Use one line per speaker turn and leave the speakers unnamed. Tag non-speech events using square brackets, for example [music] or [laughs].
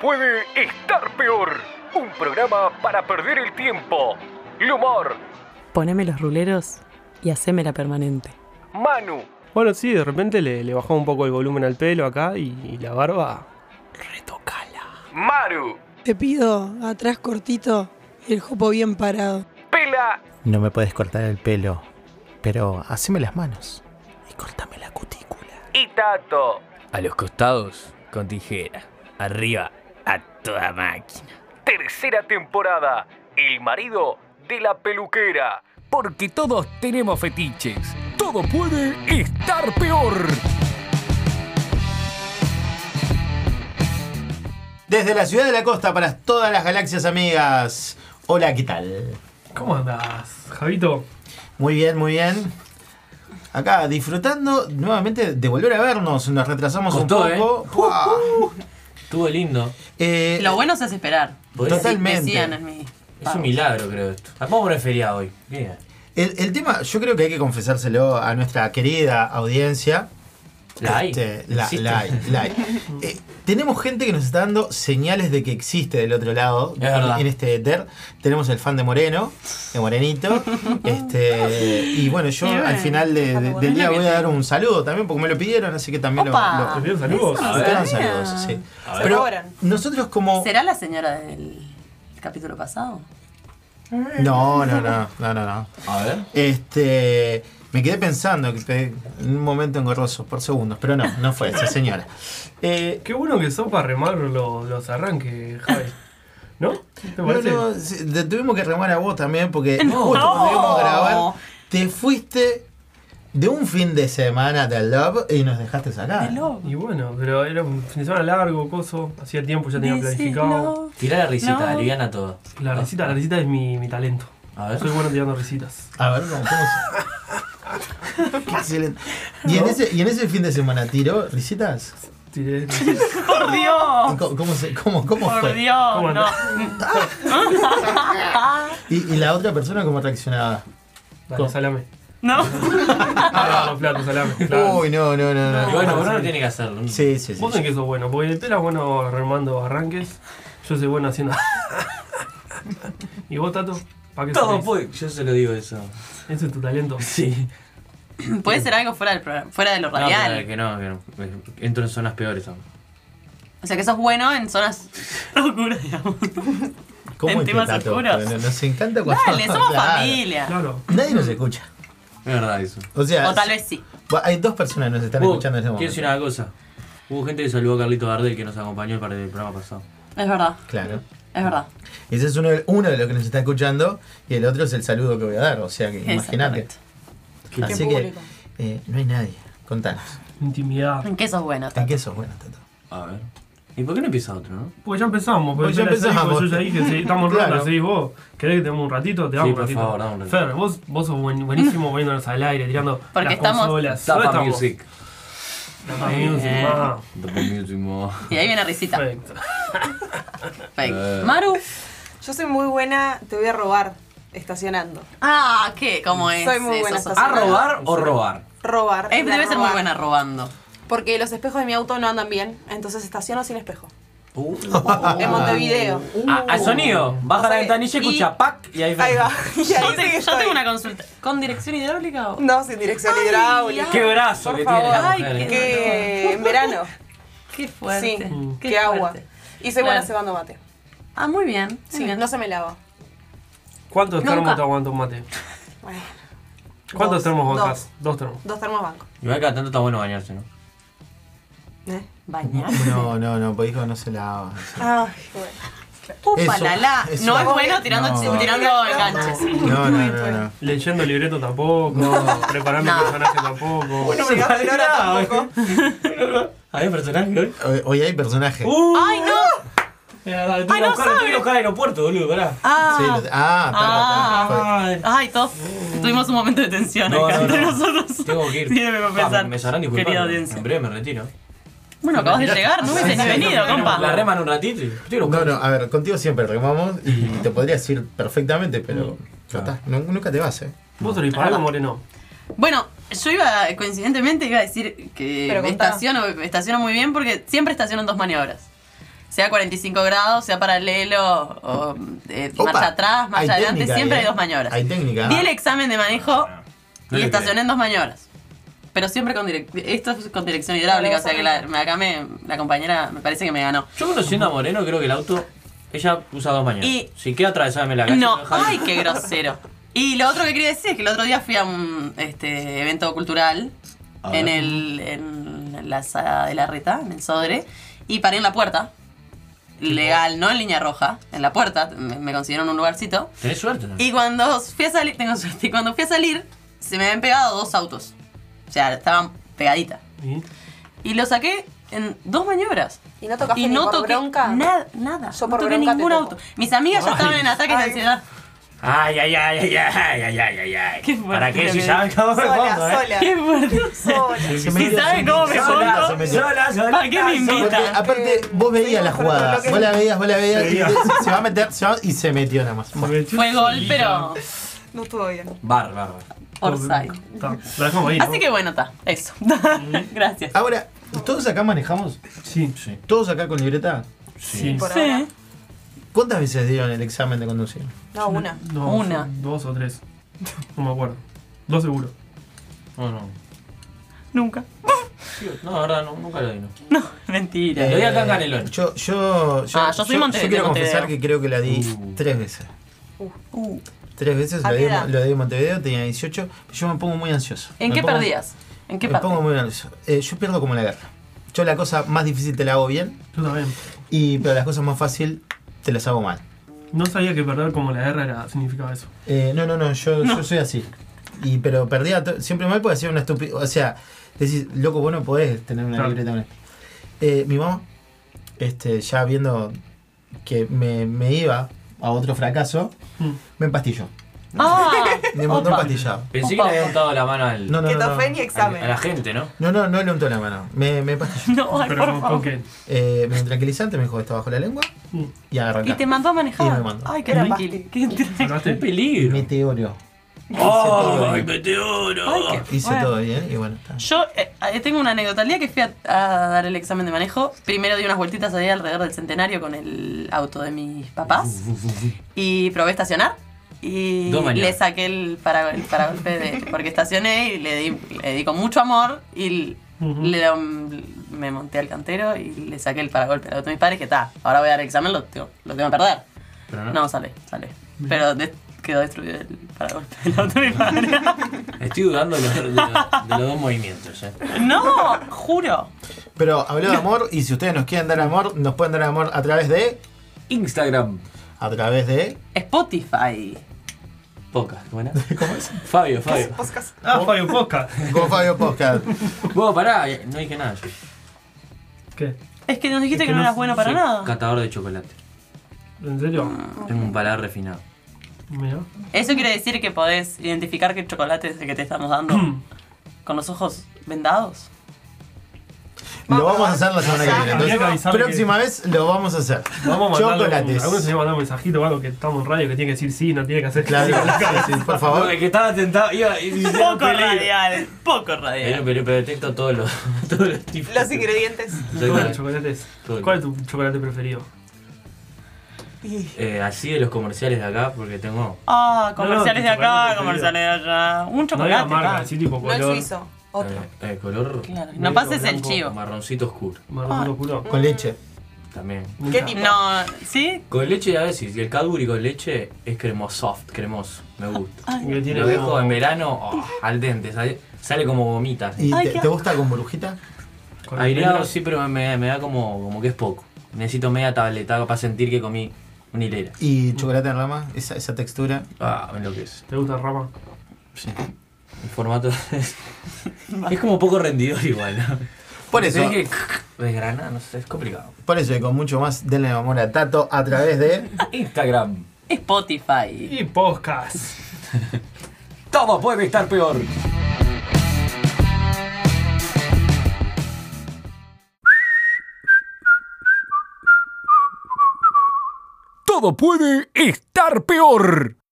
puede estar peor. Un programa para perder el tiempo. El humor.
Poneme los ruleros y hacémela permanente.
Manu.
Bueno, sí, de repente le, le bajó un poco el volumen al pelo acá y, y la barba. Retocala.
Maru.
Te pido atrás cortito y el jopo bien parado.
Pela.
No me puedes cortar el pelo, pero haceme las manos y cortame la cutícula.
Y Tato.
A los costados, con tijera. Arriba, a toda máquina.
Tercera temporada. El marido de la peluquera.
Porque todos tenemos fetiches. Todo puede estar peor.
Desde la ciudad de la costa para todas las galaxias amigas. Hola, ¿qué tal?
¿Cómo andás, Javito?
Muy bien, muy bien. Acá disfrutando nuevamente de volver a vernos. Nos retrasamos
Costó,
un poco. ¡Pua!
Estuvo lindo.
Eh,
Lo bueno se hace esperar.
Podés-
Total. Totalmente.
Decían en mi.
Es un milagro, creo esto. Vamos a poner feriado hoy. Bien.
el, el tema, yo creo que hay que confesárselo a nuestra querida audiencia.
La hay.
Este, la,
Existe.
la hay, la hay. Eh, tenemos gente que nos está dando señales de que existe del otro lado.
Es verdad.
En este éter. Tenemos el fan de Moreno, de Morenito. este, y bueno, yo
Y bueno,
al final de- de-
Moreno
del día
que
voy a dar
tengo.
un saludo también, porque me lo pidieron, así que también lo-
Opa.
lo,
¿Te saludos?
Eso.
Me
ver.
quedan
Mira.
saludos, sí.
A ver.
Pero
Cobran.
nosotros como...
¿Será la señora del capítulo pasado?
No, no, no, no, no, no.
A ver.
Este, me quedé pensando que te- en un momento engorroso por segundos, pero no, no fue
[laughs]
esa señora. Eh,
Qué bueno que sos para remar lo- los arranques, [laughs] Javi. ¿No? ¿Te
no,
parece?
no, sí, te tuvimos que remar a vos
[laughs]
también porque justo cuando íbamos a grabar te fuiste de un fin de semana de Love y nos dejaste sacar.
Y bueno, pero era un fin de semana largo, coso. Hacía tiempo, ya tenía planificado.
Tirá la risita,
No.
aliviana todo.
La risita, la risita es mi, mi talento.
A ver.
Soy bueno tirando risitas.
A ver, ¿cómo, cómo se- [laughs] Qué excelente. ¿Y, en ese, ¿Y en ese fin de semana tiró risitas?
Tiré risitas.
¡Por Dios!
¿Cómo, cómo se- cómo- cómo
Oh. ¡Por
fue?
Dios!
¿Cómo
No.
¿Y, y la otra persona cómo reaccionaba?
Dale, salame.
No.
Ah, los platos, salame. claro.
Uy, no, no, no,
Y
no.
bueno, uno no tiene que hacerlo. ¿no?
Sí, sí, sí.
Vos tenés que sos bueno, porque el pelo es bueno remando arranques. Yo soy bueno haciendo. [laughs] ¿Y vos, Tato? ¿Para qué
Todo
salís?
puede. Yo se lo digo eso.
Ese es tu talento.
Sí.
[laughs] Puede ser algo fuera del programa, fuera de lo
No,
radial.
pero que no, que no. Entro en zonas peores aún.
O sea que sos bueno en zonas oscuras, digamos. en
es que
temas
tanto?
oscuros.
Bueno, este Nos encanta cuando. [laughs]
Dale, somos
Claro.
familia.
Claro.
Nadie nos escucha.
Es verdad eso.
O sea,
O tal vez sí.
hay dos personas que nos están
Uh,
escuchando en este
quiero decir
momento.
una cosa. Hubo gente que saludó a Carlito Gardel que nos acompañó para el programa pasado.
Es verdad,
Claro.
es verdad.
Ese es uno de, uno de los que nos está escuchando y el otro es el saludo que voy a dar. O sea, que imagínate.
Exactamente.
Así que eh, no hay nadie. Contanos.
Intimidad.
¿En qué sos bueno?
¿En qué sos bueno, Tato?
A ver. ¿Y por qué no empieza otro, no?
Pues ya empezamos, porque
Pues ya
la seguís,
empezamos.
Yo ya dije, sí, estamos en
Claro.
ronda, seguís vos. ¿Querés que te demos un ratito? Te damos un
por
ratito.
favor, dame un ratito.
Fer, vos, vos sos buen- buenísimo poniéndonos al aire, tirando
Porque
las
estamos- Eh.
consolas. ¿Dónde
Tapa
estamos?
[laughs]
Music.
Tapa Music,
Bien.
ma.
Tapa Music, mo.
Y ahí viene risita.
Perfecto.
Fake. Maru.
Yo soy muy buena, te voy a robar estacionando.
Ah, ¿qué? ¿Cómo es?
Soy muy
eso?
buena
Sos-
estacionando.
¿A robar
[laughs]
o robar?
Robar.
Eh,
la
debe ser muy
robar.
buena robando.
Porque los espejos de mi auto no andan bien, entonces estaciono sin espejo.
Uh.
En Montevideo.
Ah, al sonido. Baja
O sea,
la ventanilla,
y-
escucha pac y ahí,
Ahí va. [laughs] Y ahí
Yo,
sí
te-
que
yo tengo
estoy.
una consulta. ¿Con dirección hidráulica o.?
No, sin dirección
Ay,
hidráulica.
Qué brazo
Por
que
favor.
tiene la
Ay, qué-
mujer. eh.
Que en verano.
Qué [laughs] fuerte.
Sí,
qué
Mm.
que agua.
fuerte.
Y soy buena
Claro.
cebando mate.
Ah, muy bien. muy
Sí,
bien.
no se me lava.
¿Cuántos
Nunca.
termos te aguanta un mate?
Bueno,
¿Cuántos
Dos.
termos
Dos.
bancas? Dos termos.
dos termos banco.
Igual cada tanto está bueno bañarse, ¿no?
¿Eh?
Bañar. [laughs]
No, no, no, pues hijo, no se lava.
Ah.
Ay, bueno.
Upa,
Eso,
la, la.
eso.
No es bueno tirando,
No.
tirando enganches.
No, no, no, no.
Leyendo el libreto tampoco, preparando el
No.
personaje tampoco.
[laughs]
Llegaste ahora tampoco.
Hay un personaje hoy.
Hoy, hoy hay personaje.
Uh.
¡Ay, no!
Tuve que ir a buscar- tuve que ir a buscar al aeropuerto, boludo, pará.
Sí,
Ah,
lo- ah, ta, ta, ta, fue.
ay, todos tuvimos un momento de tensión
No,
acá
no,
entre
no.
nosotros.
Tengo [laughs] que ir.
Sí, debe
Ah,
compensar.
me- me sabrán disculpar.
Querida
pero
audiencia.
En breve me retiro.
Bueno, acabas de llegar, no hubieses ni venido,
La
compa.
reman un ratito y. Quiero
No, no, a ver, contigo siempre remamos y te podrías ir perfectamente, pero ya está, nu- nunca te vas, ¿eh?
¿Vos solís para algo, Moreno?
Bueno, yo iba, coincidentemente iba a decir que
Pero
me
contá.
estaciono, me estaciono muy bien porque siempre estaciono en dos maniobras. sea 45 grados, sea paralelo, o eh,
Opa,
marcha atrás,
hay
marcha adelante,
técnica ahí,
siempre hay
eh.
dos maniobras.
Hay técnica.
Di el examen de manejo
Ah, No
y
le
estacioné
creo.
en dos maniobras. Pero siempre con, direc- esto es con dirección hidráulica, o sea que la, acá me, la compañera me parece que me ganó.
Yo conociendo a Moreno, creo que el auto. Ella usa dos mañanas.
Y-
Si queda atravesada, me la calle.
No,
me deja
ay,
ahí.
qué grosero. Y lo otro que quería decir es que el otro día fui a un este, evento cultural en, el, en la sala de la reta, en el Sodre, y paré en la puerta. Legal, no en línea roja, en la puerta, me, me consiguieron un lugarcito.
Tenés suerte. ¿no?
Y cuando fui a salir, tengo suerte, y cuando fui a salir, se me habían pegado dos autos. O sea, estaban pegaditas.
¿Y?
Y lo saqué en dos maniobras.
¿Y no tocaste
Y
ni
no
por
toqué
bronca?
nada, nada.
Yo
no
por
toqué
bronca te
ningún
toco.
auto. Mis amigas ya estaban en ataques de ansiedad.
Ay, ay, ay, ay, ay, ay, ay, ay, ay.
Qué fuerte
¿Para
que
qué si
me
saben cómo me
Sola,
pongo, eh?
sola.
Qué fuerte.
Sola.
Se
Si
metió,
saben
se
cómo me
metió,
pongo,
se metió.
Sola, sola.
¿para qué me
Porque,
invitan?
aparte, vos veías la jugada. Vos la veías, vos la veías. y dices, se va a meter, se va- y se metió nada más. Bueno.
Fue gol, pero
No estuvo bien.
Bar, bar, bar.
orsay.
Ta, La dejamos ahí. ¿no?
Así que bueno, está. Eso. [laughs] Gracias.
Ahora, ¿todos acá manejamos?
Sí.
Sí.
¿Todos acá con libreta?
Sí.
Por ahora.
¿Cuántas veces dieron el examen de conducir?
No, una.
No,
Una.
Dos o tres. No me acuerdo. Dos seguro.
Oh, No, no.
Nunca.
No, la verdad, no, nunca lo di. no.
No, mentira.
lo di acá en Canelón.
Eh, Yo, yo, yo,
Ah, yo soy Monte-
yo quiero
de
confesar
Montevideo.
que creo que la di
Uh.
tres veces.
Uh,
Tres veces
¿A
la
qué
di,
edad?
la di en Montevideo, tenía 18. Yo me pongo muy ansioso.
¿En
Me
qué
pongo-
perdías? ¿En qué
me
parte?
pongo muy ansioso. Eh, yo pierdo como en la guerra. Yo la cosa más difícil te la hago bien,
Yo también.
y pero las cosas más fácil te las hago mal.
No sabía que perder como la guerra era, significaba eso.
Eh, no, no, no, yo, yo soy así. Y, pero perdía to- siempre mal porque hacía una estupidez. O sea, decís, loco, vos no podés tener una
Claro.
libreta con esto. Eh, mi mamá, este, ya viendo que me, me iba a otro fracaso,
Mm.
me empastilló.
Ah, [laughs]
Me mandó
Opa.
empastillado.
Pensé que le había juntado la mano al,
No, no,
Que
no. No,
tofen y
al-
examen.
a la gente, ¿no?
no, no, no le untó la mano. Me, me
[laughs]
empastilló.
no, ay,
Pero
por
con, con
favor.
qué.
Eh, me dio un tranquilizante, me dijo que está bajo la lengua
Mm.
y arrancá.
Y te mandó a
Y me
manejar.
mandó.
Ay, qué
Era
tranquilo. Qué tranquilo.
¡Qué
Sacaste
peligro!
Meteoro.
¡Oh, ay, meteoro!
Ay, qué
Hice
fuerte.
todo bien y bueno, está.
Yo eh, eh, tengo una anécdota. El día que fui a, a dar el examen de manejo, primero di unas vueltitas ahí alrededor del centenario con el auto de mis
[laughs]
papás y probé estacionar. Y
Dos mañanas.
le saqué el, para, el paragolpe de- porque estacioné y le di, le di con mucho amor y
Ujú.
le, me monté al cantero y le saqué el paragolpe al auto de mis padres que está, ahora voy a dar el examen, lo tengo, lo tengo que perder.
Pero
No,
no.
sale, sale. Pero de- quedó destruido el paragolpe del auto de mis
[laughs]
padres. [laughs]
Estoy dudando de los, de los- de los dos movimientos, ¿eh?
no, juro.
Pero habló de amor y si ustedes nos quieren dar amor, nos pueden dar amor a través de.
Instagram.
A través de.
Spotify.
Pocas, [laughs] ¿cómo era? Fabio, Fabio.
Ah, Fabio Posca.
Con Fabio Podcast.
Vos, pará, eh, no dije nada yo.
¿Qué?
Es que nos dijiste
Es
que,
que
no,
no
eras bueno para
Soy
nada.
Catador de chocolate.
¿En serio?
Tengo un paladar refinado.
Mira.
Eso quiere decir que podés identificar qué chocolate es el que te estamos dando
[clears throat]
con los ojos vendados.
Lo vamos a hacer la semana que viene.
Habría que
Entonces,
avisarle
próxima vez lo vamos a hacer.
Vamos a mandarle.
Chocolates.
un- Algunos se mandar un mensajito o algo que estamos en radio que tiene que decir sí, no tiene que hacer
Claro, sí, sí, por favor.
Porque que estaba tentado. Iba, y- y-
Poco
peligro.
radial, poco
Pero,
radial.
pero, pero detecto todos los, [laughs] todos los tipos.
Los ingredientes.
Todos los
Exactamente.
chocolates.
Todo.
¿Cuál es tu chocolate preferido?
Eh, así de los comerciales de acá, porque tengo.
Ah, comerciales
No, no,
de acá,
chocolate,
comerciales de allá. Un
No digas
chocolate.
marca,
pa.
así tipo
No
color.
el suizo. Otro.
eh, eh, color.
Claro, No
Negro,
pases el
blanco,
chivo.
Marroncito oscuro.
Ah.
Marrón oscuro.
Con leche.
También.
¿Qué
Nunca.
tipo?
No, ¿sí?
Con leche y a veces. Y el Cadbury con leche es cremoso, soft, cremoso. Me gusta.
Que tiene
Lo dejo
como-
en verano oh, al dente. Sale, sale como gomita. así.
¿Y
Ay,
te,
qué
te gusta con burbujita?
con
Aireado
almendras.
sí, pero me, me da como, como que es poco. Necesito media tableta para sentir que comí una hilera.
¿Y chocolate en rama? Esa, esa textura.
Ah, me enloquece.
¿Te gusta rama?
El formato [laughs] es, es como poco rendidor igual. ¿no?
Por eso,
Es que desgrana, no sé, es complicado.
por eso y con mucho más, denle amor a Tato a través de.
Instagram.
Spotify.
Y podcast.
Todo puede estar peor.
Todo puede estar peor.